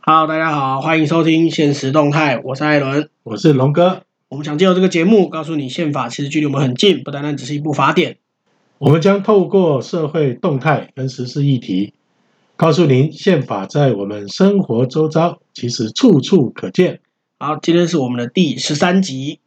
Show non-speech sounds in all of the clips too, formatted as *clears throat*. Hello，大家好，欢迎收听《现实动态》，我是艾伦。我是龙哥。我们想借由这个节目，告诉你宪法其实距离我们很近，不单单只是一部法典。我们将透过社会动态跟时事议题，告诉您宪法在我们生活周遭其实处处可见。好，今天是我们的第十三集。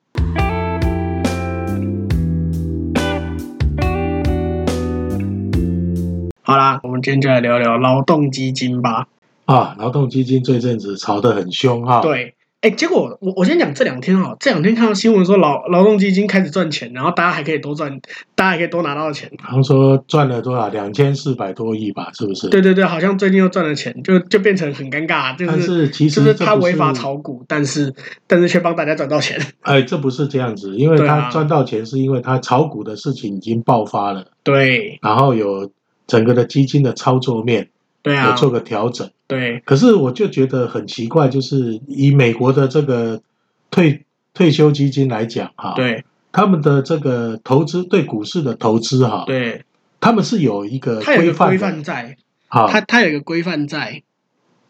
好啦，我们今天就来聊聊劳动基金吧。啊，劳动基金这阵子吵得很凶哈。，对，哎，结果我我先讲这两天哦，这两天看到新闻说劳劳动基金开始赚钱，然后大家还可以多赚，大家还可以多拿到钱。然后说赚了多少，两千四百多亿吧，是不是？。对对对，好像最近又赚了钱，就就变成很尴尬，就但是其就实是这他不违是法炒股，但是但是却帮大家赚到钱。哎，这不是这样子，因为对啊他赚到钱是因为他炒股的事情已经爆发了，对然后有整个的基金的操作面对啊有，做个调整。对可是我就觉得很奇怪，就是以美国的这个退退休基金来讲哈，，对他们的这个投资对股市的投资哈，，对，他们是有一个它有一啊呃规个规范的，啊范在，它哈，它有一个规范在，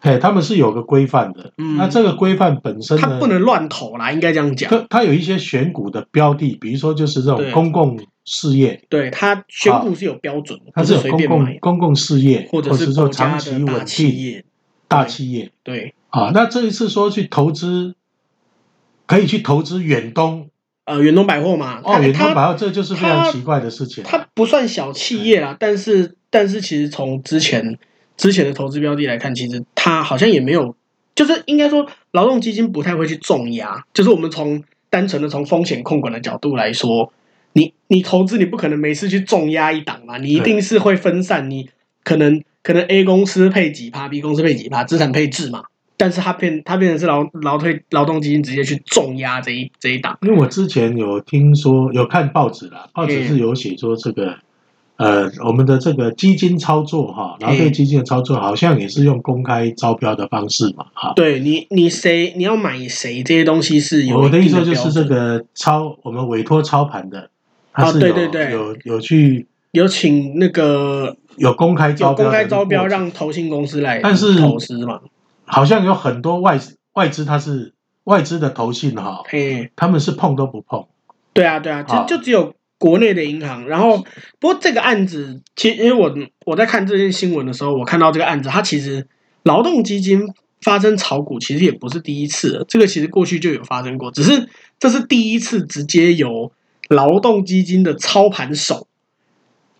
哎，他们是有个规范的。嗯那这个规范本身它呢不，能乱投啦，应该这样讲。它它有一些选股的标的，比如说就是这对种公共事业，对，它宣布是有标准，它不啊是是有随公便共买，公共事业，或或者是说国家长期的大稳企定业。大企业对，啊。那这一次说去投资，可以去投资远东呃，远东百货嘛，哦，它远东它百货这就是非常奇怪的事情。啊它不算小企业啦，但是但是其实从之前之前的投资标的来看，其实它好像也没有，就是应该说劳动基金不太会去重压，就是我们从单纯的从风险控管的角度来说，你你投资你不可能每次去重压一档嘛，你一定是会分散，你可能可能 A 公司配几趴，B 公司配几趴，资产配置嘛。但是它变它变成是劳劳退劳动基金直接去重压这一这一档，因为我之前有听说有看报纸啦，报纸嗯是有写说这个，呃，我们的这个基金操作哈，然嗯后对基金的操作好像也是用公开招标的方式嘛，哈。对你，你谁你要买谁这些东西是有我的一意定思标就是准这个操，我们委托操盘的，它是啊对有对对有有去有请那个有公开招有标公的开招标过程让投信公司来但是投资嘛？好像有很多外外资它是外资的投信哈，嘿，他们是碰都不碰。对啊，对啊，好就就只有国内的银行。然后，不过这个案子，其实因为我我在看这件新闻的时候，我看到这个案子，它其实劳动基金发生炒股，其实也不是第一次了，这个其实过去就有发生过，只是这是第一次直接由劳动基金的操盘手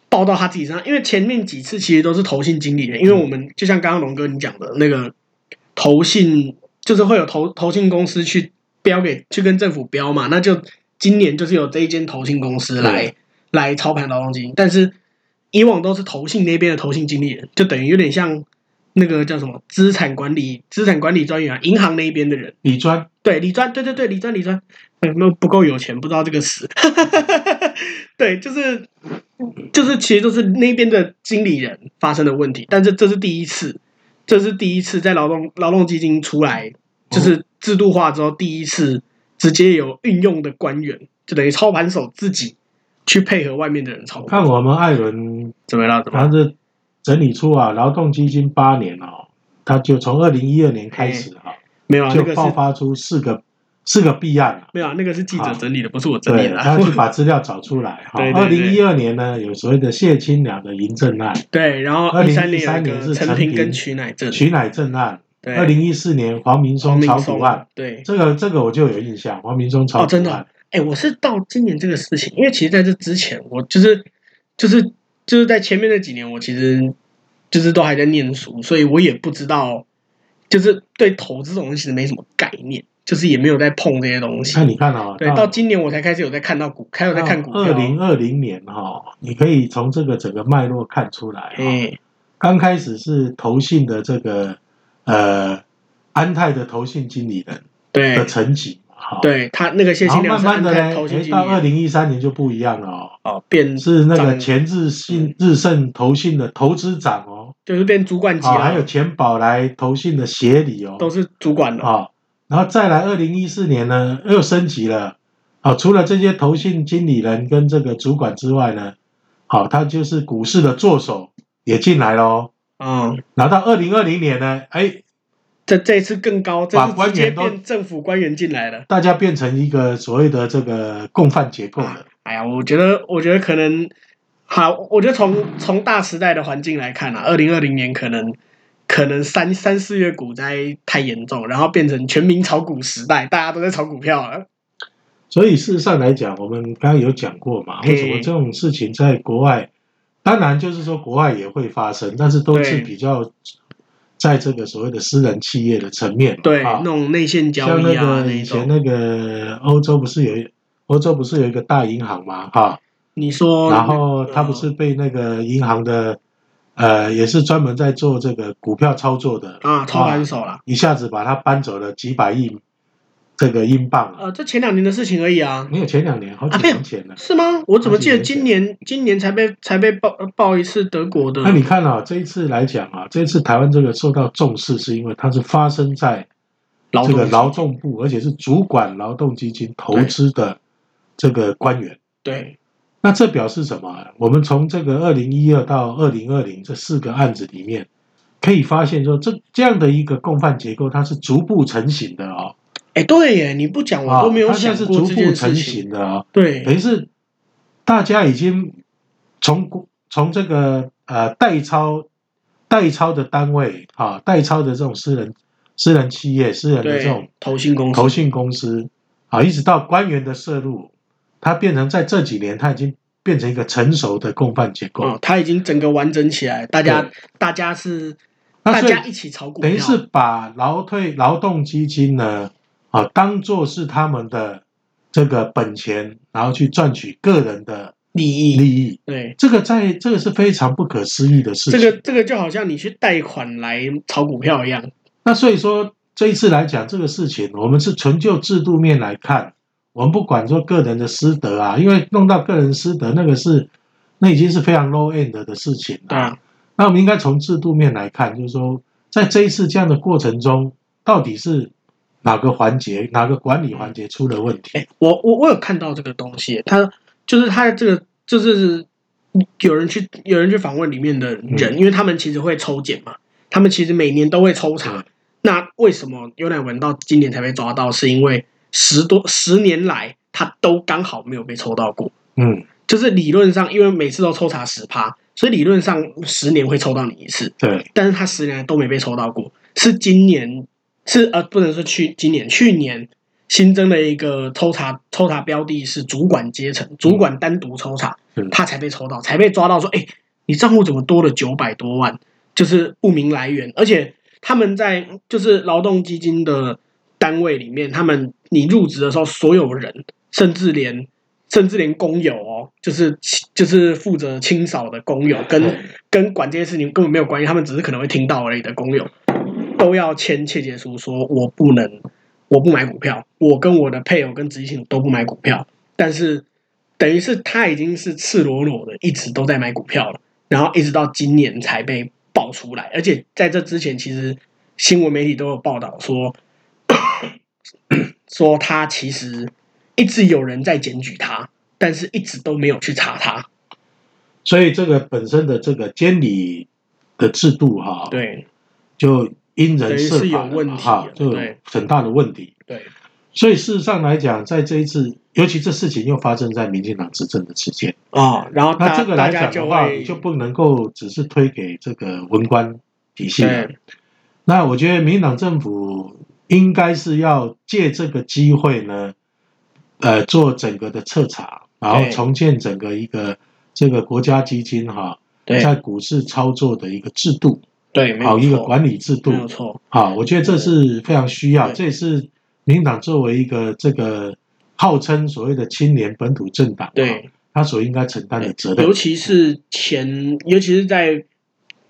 报到他自己身上，因为前面几次其实都是投信经理人，因为我们就像刚刚龙哥你讲的那个投信，就是会有投投信公司去标给去跟政府标嘛，那就今年就是有这一间投信公司来、对来操盘劳动基金，但是以往都是投信那边的投信经理人，就等于有点像那个叫什么资产管理资产管理专员、啊，银行那边的人。李专对，理专，对对对，理专理专，有没有不够有钱？不知道这个词。 *laughs* 对，就是就是，其实就是那边的经理人发生的问题，但是这是第一次，这是第一次在劳动劳动基金出来，就是制度化之后第一次直接有运用的官员，就等于操盘手自己去配合外面的人操盘。看我们艾伦怎么了？怎么他了？是整理出啊，劳动基金八年哦，他就从二零一二年开始啊，没有啊，那就个是爆发出四个四个弊案啊。没有啊，那个是记者好整理的，不是我整理对，的啊。他去把资料找出来 *laughs* 哈。对二对零对一二年呢，有所谓的谢清良的银证案、对，然后一三2013年有一年个是陈陈平跟平曲乃正，徐乃正案；对，二零一四年黄明黄松明炒松股案，对，这个这个我就有印象，黄明松炒股哦，案。真的哦，哎、我是到今年这个事情，因为其实在这之前，我就是就是就是在前面那几年，我其实就是都还在念书，所以我也不知道，就是对投资这种东西其实没什么概念，就是也没有在碰这些东西那。你看啊，对，到今年我才开始有在看到股，开始在看股票。嗯二零二零年哈，你可以从这个整个脉络看出来哈。哎，刚开始是投信的这个呃安泰的投信经理人对的层级，好，对，他那个谢然金后良慢是慢安的泰呢，投信诶经到二理，零一三年就不一样了哦，哦，变是那个长前日信日盛投信的投资长哦，就是变主管级啊，了，还有钱宝来投信的协理哦，都是主管了。啊，然后再来二零一四年呢又升级了，啊，除了这些投信经理人跟这个主管之外呢，好、他就是股市的助手也进来喽。哦嗯，然后到二零二零年呢，哎，这这一次更高，这把次直官接员都变政府官员进来了。大家变成一个所谓的这个共犯结构了。哎呀，我觉得，我觉得可能好，我觉得从从大时代的环境来看啊，二零二零年可能可能三三四月股灾太严重，然后变成全民炒股时代，大家都在炒股票了。所以事实上来讲，我们刚刚有讲过嘛，嘿为什么这种事情在国外，当然就是说国外也会发生，但是都是对比较在这个所谓的私人企业的层面嘛。对，啊那，种内线交像易啊，那个一以种。前那个欧洲不是有一欧洲不是有一个大银行嘛，哈、你说，然后他不嗯是被那个银行的，呃，也是专门在做这个股票操作的啊，操盘手啦。一下子把他搬走了几百亿这个英镑啊，呃，这前两年的事情而已啊，没有前两年，好几啊没有年前了。是吗？我怎么记得好几今年年今年才被才被爆呃爆一次德国的那你看啊，这一次来讲啊，这一次台湾这个受到重视，是因为它是发生在劳这动个基劳金动部，而且是主管劳动基金投资的这个官员。对那这表示什么啊？我们从这个二零一二到二零二零这四个案子里面，可以发现说，这这样的一个共犯结构，它是逐步成型的哦。哎，对耶，你不讲嗯我都没有啊它想现在是过逐这步件事成情。型的哦。对，等于是大家已经从从这个呃代操代操的单位啊，代操的这种私人私人企业、私人的这种对，投信公司投信公司啊，一直到官员的摄入，它变成在这几年，它已经变成一个成熟的共犯结构。哦，它已经整个完整起来，大家对大家是那大所以家一起炒股票，等于是把劳退劳动基金呢啊，当做是他们的这个本钱，然后去赚取个人的利益。利益。对，这个在这个是非常不可思议的事这情。个这个就好像你去贷款来炒股票一样。那所以说这一次来讲这个事情，我们是纯就制度面来看，我们不管说个人的私德啊，因为弄到个人私德那个是那已经是非常 low end 的事情了。对啊，那我们应该从制度面来看，就是说在这一次这样的过程中，到底是哪个环节、哪个管理环节出了问题？哎，我我我有看到这个东西，他就是他这个就是有人去有人去访问里面的嗯人，因为他们其实会抽检嘛，他们其实每年都会抽查对。那为什么尤乃文到今年才被抓到？是因为十多十年来他都刚好没有被抽到过。嗯，就是理论上，因为每次都抽查十趴，所以理论上十年会抽到你一次，对，但是他十年来都没被抽到过，是今年是呃不能说去今年去年新增了一个抽查抽查标的是主管阶层，主管单独抽查是，他才被抽到，才被抓到说，哎、你账户怎么多了九百多万，就是不明来源，而且他们在就是劳动基金的单位里面，他们你入职的时候，所有人甚至连甚至连工友哦，就是就是负责清扫的工友，跟跟管这些事情根本没有关系，他们只是可能会听到而已的工友，都要签切结书，说我不能，我不买股票，我跟我的配偶跟直系亲属都不买股票，但是等于是他已经是赤裸裸的一直都在买股票了，然后一直到今年才被爆出来，而且在这之前，其实新闻媒体都有报道说， *coughs* 说他其实一直有人在检举他，但是一直都没有去查他。所以这个本身的这个监理的制度哈、对就因人设等于是有法了问嘛题哈了，就有对很大的问题。对所以事实上来讲，在这一次，尤其这事情又发生在民进党执政的期间，哦，然后那大这个大来家讲的就话，会你就不能够只是推给这个文官体系了。对那我觉得民进党政府应该是要借这个机会呢，呃，做整个的彻查，然后对重建整个一个这个国家基金哈、在对股市操作的一个制度，对，没好有一个错管理制度没，有错，啊，我觉得这是非常需要，对这也是民党作为一个这个号称所谓的青年本土政党，啊，对，他所应该承担的责任尤。其是前，尤其是在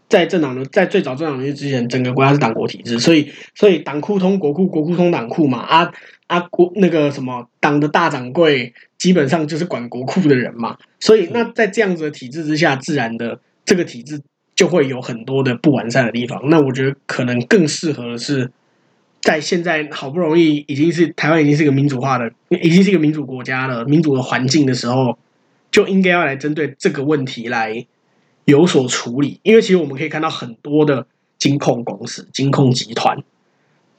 在政党的在最早政党轮替之前，整个国家是党国体制，所以所以党库通国库，国库通党库嘛，啊啊国那个什么党的大掌柜基本上就是管国库的人嘛，所以那在这样子的体制之下，自然的这个体制就会有很多的不完善的地方。那我觉得可能更适合的是。在现在好不容易已经是台湾已经是一个民主化的，已经是一个民主国家了，民主的环境的时候，就应该要来针对这个问题来有所处理，因为其实我们可以看到很多的金控公司、金控集团，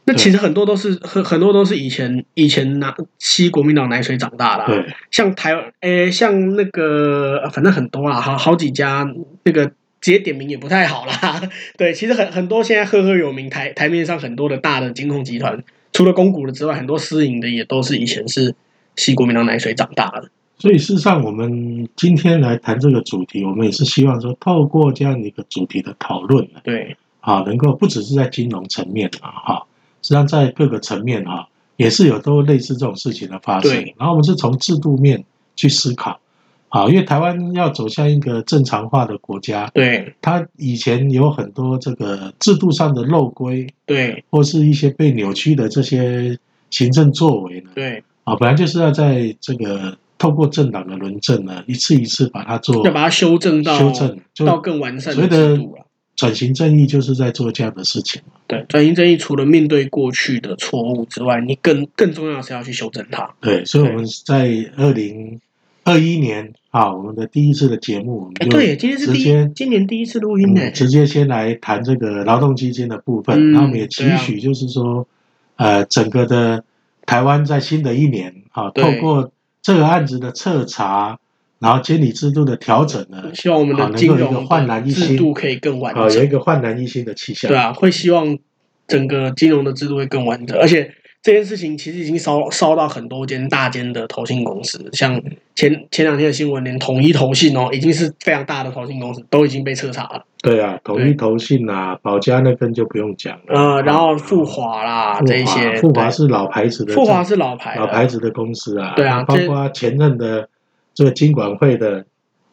那其实很多都是很很多都是以前以前拿吸国民党奶水长大的、啊，对，像台诶、像那个呃反正很多啦，好好几家那个直接点名也不太好啦。 *laughs* 对，其实很很多现在赫赫有名台台面上很多的大的金控集团，除了公股的之外，很多私营的也都是以前是吸国民党奶水长大的。所以事实上，我们今天来谈这个主题，我们也是希望说，透过这样一个主题的讨论呢，对，啊，能够不只是在金融层面啊，哈、实际上在各个层面啊，也是有都类似这种事情的发生对。然后我们是从制度面去思考，啊，因为台湾要走向一个正常化的国家，对，它以前有很多这个制度上的漏规，对，或是一些被扭曲的这些行政作为呢，对，啊，本来就是要在这个透过政党的轮政呢，一次一次把它做要把它修正到修正，到就更完善所的谓制的度了。转型正义就是在做这样的事情。对，转型正义除了面对过去的错误之外，你更更重要的是要去修正它。对，所以我们在二零二一年啊，我们的第一次的节目，我们哎，就对，今天是直第接一，今年第一次录音呢嗯，直接先来谈这个劳动基金的部分，嗯然后我们也期对啊许就是说，呃，整个的台湾在新的一年啊，对透过这个案子的彻查，然后监理制度的调整呢，希望我们好的能金够有一融个焕然一的制新度可以更完啊，有整一。个焕然一新的气象。对啊，会希望整个金融的制度会更完整，而且这件事情其实已经烧烧到很多间大间的投信公司，像前前两天的新闻，连统一投信哦，已经是非常大的投信公司，都已经被彻查了。对啊，统一投信啊，保家那根就不用讲了。呃，然后富华华啦啊富这一华些，富华对是老牌子的，富华是老牌的，啊老牌子的公司啊，对啊包这括前任的这个金管会的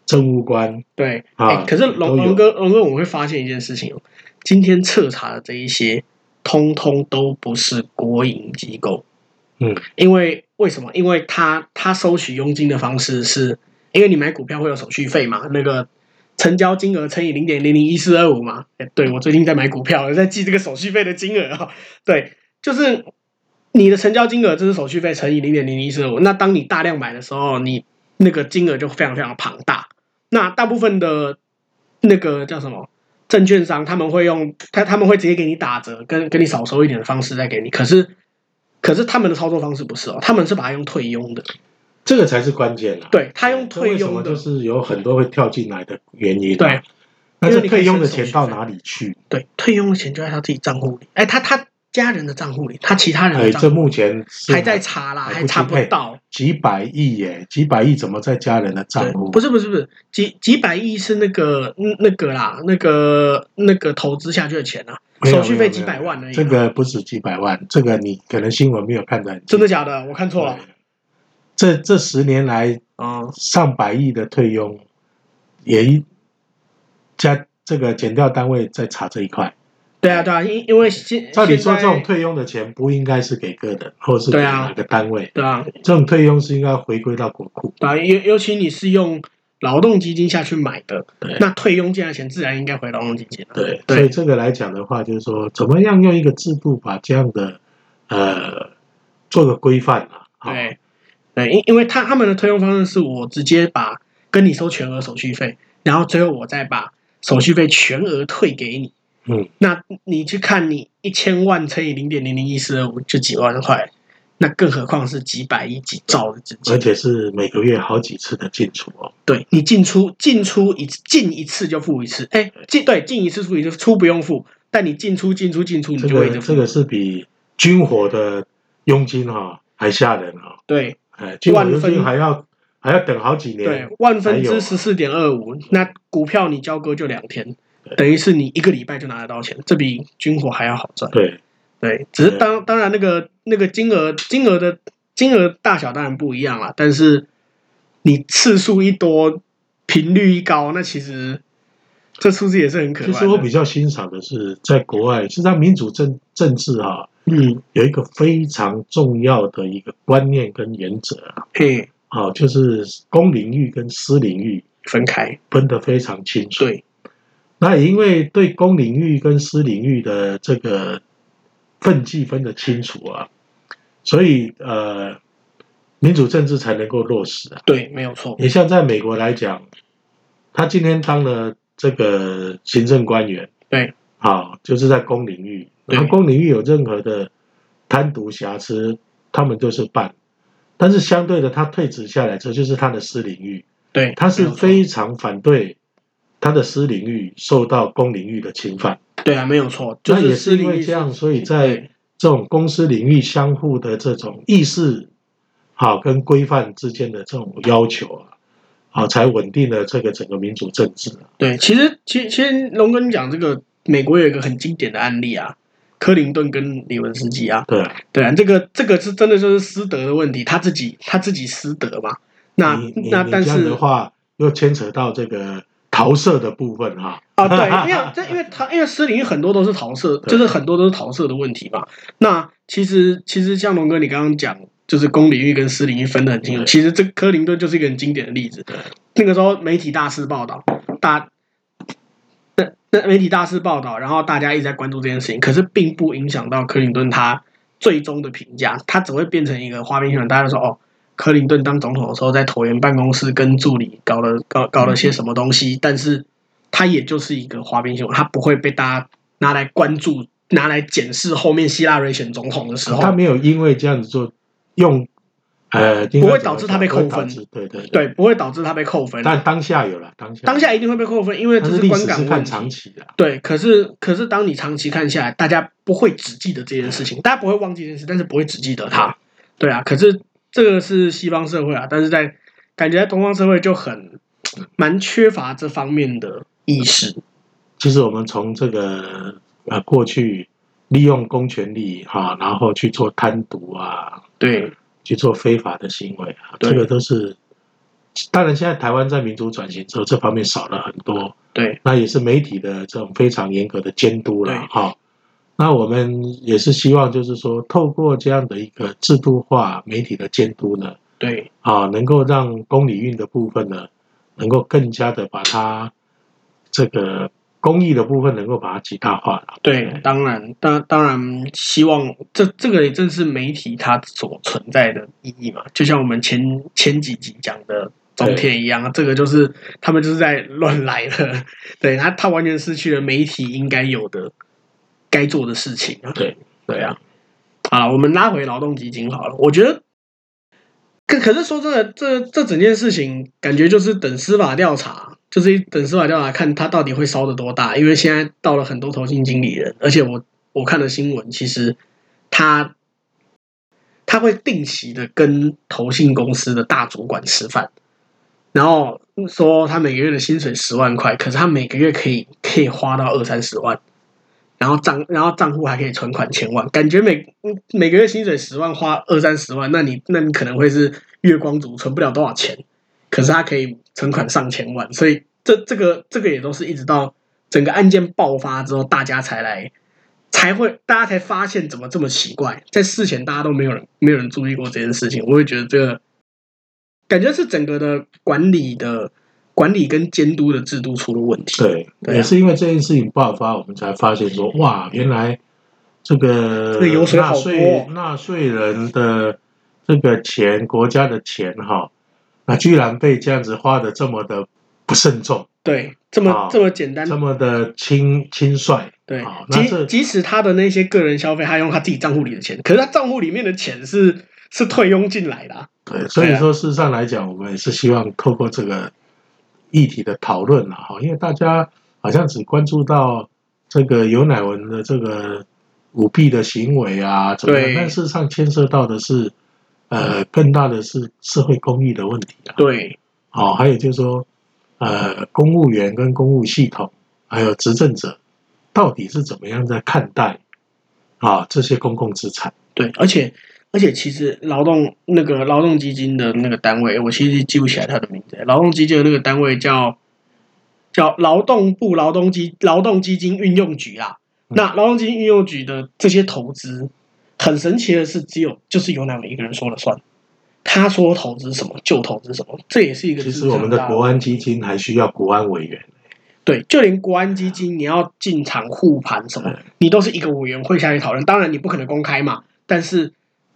政务官，对，啊哎，可是龙都有龙哥，龙哥，我会发现一件事情哦，今天彻查的这一些，通通都不是国营机构。嗯，因为为什么？因为他他收取佣金的方式是，因为你买股票会有手续费嘛，那个成交金额乘以零点零零一四二五嘛。哎对我最近在买股票，在记这个手续费的金额啊、 *laughs* 对，就是你的成交金额就是手续费乘以零点零一四五。那当你大量买的时候，你那个金额就非常非常庞大。那大部分的那个叫什么证券商，他们会用他他们会直接给你打折，跟跟你少收一点的方式再给你。可是可是他们的操作方式不是哦，他们是把它用退佣的，这个才是关键啊啦。对他用退为什佣么的就，是有很多会跳进来的原因、对，那因这为你可以退佣的省手钱续到费哪里去？对退佣的钱就在他自己账户里，哎，他他家人的账户里，他其他人哎，的这账户目前是还在查啦，还还不查匹不配到。几百亿耶，几百亿怎么在家人的账对，户？不是不是不是，几几百亿是那个嗯那个啦，那个那个投资下去的钱啊，没有手续费没有几没有百万而已啊。这个不止几百万，这个你可能新闻没有看的，真的假的？我看错了对。这这十年来啊、嗯上百亿的退佣，也一加这个减掉单位在查这一块。对啊对啊，因因为现照理说，现在这种退佣的钱不应该是给个人，或是给对啊哪个单位，对啊这种退佣是应该回归到国库。对啊，尤尤其你是用劳动基金下去买的对，那退佣进来的钱自然应该回劳动基金了。对，所以对这个来讲的话，就是说，怎么样用一个制度把这样的呃做个规范啊？好对对，因因为他他们的退佣方式是我直接把跟你收全额手续费，然后最后我再把手续费全额退给你。嗯，那你去看你一千万乘以零点零零一四二五就几万块，那更何况是几百亿、几兆的资金而。且是每个月好几次的进出哦。对你进出进出一次进一次就付一次，哎，进对进一次付一次，出不用付，但你进出进出进出你这就会一个直这付。个是比军火的佣金哈、还吓人啊、对哎，军火万佣金分还要还要等好几对年。，万分还有啊之十四点二五，那股票你交割就两天，等于是你一个礼拜就拿得到钱，这比军火还要好赚。对对，只是对当当然那个那个金额金额的金额大小当然不一样啦，但是你次数一多，频率一高，那其实这数字也是很可其观啊的。实我比较欣赏的是，在国外，实际上民主政政治哈、嗯有一个非常重要的一个观念跟原则啊，嘿啊就是公领域跟私领域分开，分得非常清楚。对那也因为对公领域跟私领域的这个分际分得清楚啊，所以呃，民主政治才能够落实啊。对，没有错。你像在美国来讲，他今天当了这个行政官员，对，啊，就是在公领域，对然后公领域有任何的贪渎瑕疵，他们就是办。但是相对的，他退职下来，这就是他的私领域，对，他是没有错非常反对他的私领域受到公领域的侵犯。对啊，没有错，就那也是是因为这样，所以在对这种公司领域相互的这种意识，好跟规范之间的这种要求啊，好才稳定了这个整个民主政治啊。对，其实其其实龙哥你讲这个，美国有一个很经典的案例啊，克林顿跟李文斯基啊，对啊，对啊，这个这个是真的就是私德的问题，他自己他自己私德嘛。那你你那你但这样是的话，又牵扯到这个桃色的部分哈、啊，对，因为这因为他因为私领域很多都是桃色，对就是很多都是桃色的问题嘛。那其实其实像龙哥你刚刚讲，就是公领域跟私领域分得很清楚。对其实这克林顿就是一个很经典的例子。那个时候媒体大肆报道，大那那媒体大肆报道，然后大家一直在关注这件事情，可是并不影响到克林顿他最终的评价，他只会变成一个花边新闻，大家就说哦。克林顿当总统的时候，在椭圆办公室跟助理搞了搞搞了些什么东西，但是它也就是一个花边新闻，它不会被大家拿来关注、拿来检视后面希拉蕊选总统的时候他，没有因为这样子做用，呃，应该不会怎么导致讲他被不会扣导分致对对对，不会导致他被扣分。但当下有了，当下当下一定会被扣分，因为但这是历观史感是问看题。长期的啊、对，可是可是当你长期看下来，大家不会只记得这件事情，大家不会忘记这件事，但是不会只记得它。对啊，可是这个是西方社会啊，但是在感觉在东方社会就很蛮缺乏这方面的意识。其实我们从这个呃过去利用公权力哈、然后去做贪渎啊，对去做非法的行为啊，对这个都是。当然，现在台湾在民主转型之后，这方面少了很多，对那也是媒体的这种非常严格的监督了对哈、那我们也是希望，就是说，透过这样的一个制度化媒体的监督呢，对啊，能够让公理运的部分呢，能够更加的把它这个公益的部分能够把它极大化了。对，当然，当当然，希望这这个也正是媒体它所存在的意义嘛。就像我们前前几集讲的中天一样，这个就是他们就是在乱来了。 *laughs* 对他，他完全失去了媒体应该有的、该做的事情啊。对对啊，啊，我们拉回劳动基金好了。我觉得，可可是说真的，这这整件事情感觉就是等司法调查，就是等司法调查看他到底会烧得多大。因为现在到了很多投信经理人，而且我我看了新闻，其实他他会定期的跟投信公司的大主管吃饭。然后说他每个月的薪水十万块，可是他每个月可以可以花到二三十万，然后账然后账户还可以存款千万，感觉每嗯每个月薪水十万花二三十万，那你那你可能会是月光族，存不了多少钱，可是他可以存款上千万，所以这这个这个也都是一直到整个案件爆发之后，大家才来才会大家才发现怎么这么奇怪，在事前大家都没有人没有人注意过这件事情，我会觉得这个感觉是整个的管理的管理跟监督的制度出了问题，对，对啊也是因为这件事情爆发，我们才发现说，哇，原来这个这个油水好纳多税纳税人的这个钱，国家的钱哈，那居然被这样子花的这么的不慎重，对，这么、啊这么简单这么的轻轻率。对好，哦那这即即使他的那些个人消费，他用他自己账户里的钱，可是他账户里面的钱是是退佣进来的啊、对，所以说事实上来讲，我们也是希望透过这个议题的讨论啊，哈，因为大家好像只关注到这个尤乃文的这个舞弊的行为啊，怎么样对？但事实上牵涉到的是，呃，更大的是社会公益的问题啊。对哦，还有就是说，呃，公务员跟公务系统，还有执政者，到底是怎么样在看待啊这些公共资产？对，而且而且其实劳动那个劳动基金的那个单位，我其实记不起来他的名字。劳动基金的那个单位叫叫劳动部劳动基劳动基金运用局啦。嗯那劳动基金运用局的这些投资，很神奇的是，只有就是由乃文一个人说了算。他说投资什么就投资什么，这也是一个其非实我们常的大国安问题基金还需要国安委员。对，就连国安基金，你要进场护盘什么对，你都是一个委员会下去讨论。当然，你不可能公开嘛，但是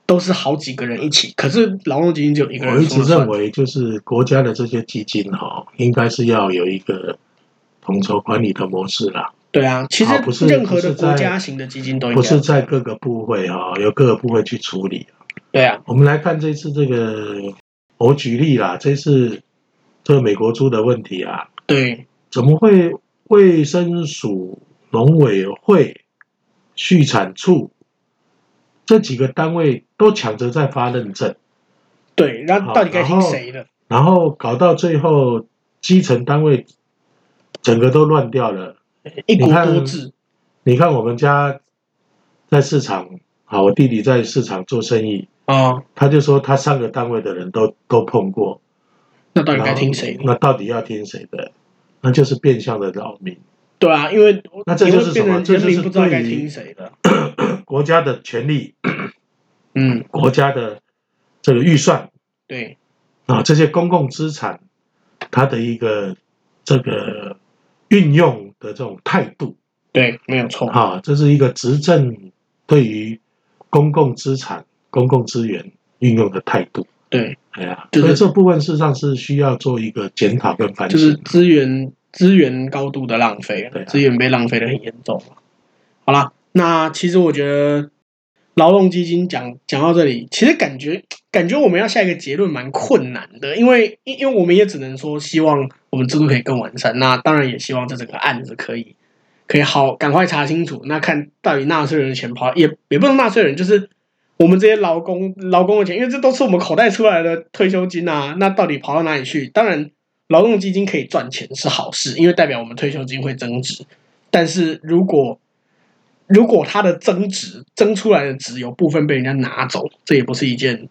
都是好几个人一起。可是劳动基金只有一个我人一说直了算认。为，就是国家的这些基金哈、哦，应该是要有一个统筹管理的模式啦。对啊，其实啊不是任何的不是在国家型的基金都应不是该在各个部会啊、有各个部会去处理。对啊，我们来看这次这个，我举例啦，这次这个美国猪的问题啊，对怎么会卫生署、农委会、畜产处这几个单位都抢着在发认证，对，那好到底该听然后谁的？然后搞到最后基层单位整个都乱掉了。一国你看多制，你看我们家在市场，好，我弟弟在市场做生意，哦，他就说他三个单位的人都都碰过，那到底然该后听谁的？那到底要听谁的？那就是变相的扰民。 *clears throat* 对啊，因为那这就是你会变成人什么这就是民不知道该对于听谁的。国家的权利、嗯，国家的这个预算对啊，这些公共资产，它的一个这个运用的这种态度对，没有错。啊，这是一个执政对于公共资产、公共资源运用的态度。对，哎呀，就是所以这部分事实上是需要做一个检讨跟反就是省。资源资源高度的浪费对，啊资源被浪费的很严重。啊好啦，那其实我觉得劳动基金讲讲到这里，其实感觉感觉我们要下一个结论蛮困难的，因为因因为我们也只能说希望我们制度可以更完善，那当然也希望这整个案子可以可以好赶快查清楚，那看到底纳税人的钱跑也也不能纳税人就是。我们这些劳工劳工的钱，因为这都是我们口袋出来的退休金啊，那到底跑到哪里去？当然，劳动基金可以赚钱是好事，因为代表我们退休金会增值。但是如果如果它的增值增出来的值有部分被人家拿走，这也不是一件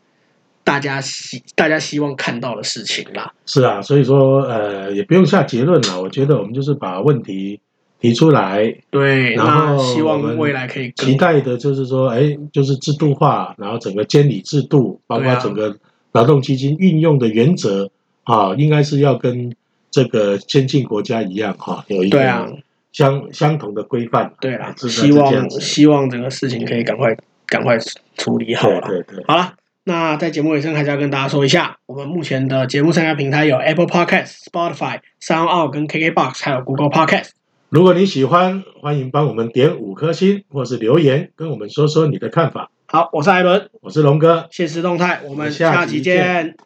大家希大家希望看到的事情啦。是啊，所以说呃，也不用下结论了。我觉得我们就是把问题提出来，对，然后那希我望们未来可以更期待的就是说，哎，就是制度化，然后整个监理制度，包对括啊整个劳动基金运用的原则啊，应该是要跟这个先进国家一样哈、有一对啊个相相同的规范。对啦，是的希是这样望子希望整个事情可以赶快赶快处理好对了。对对，好了，那在节目尾声还是要跟大家说一下，我们目前的节目上架平台有 Apple Podcast、Spotify、SoundOut 跟 KKBox，还有 Google Podcast。如果你喜欢，欢迎帮我们点五颗星，或是留言跟我们说说你的看法。好，我是艾伦，我是龙哥，现实动态，我们下下集期见见。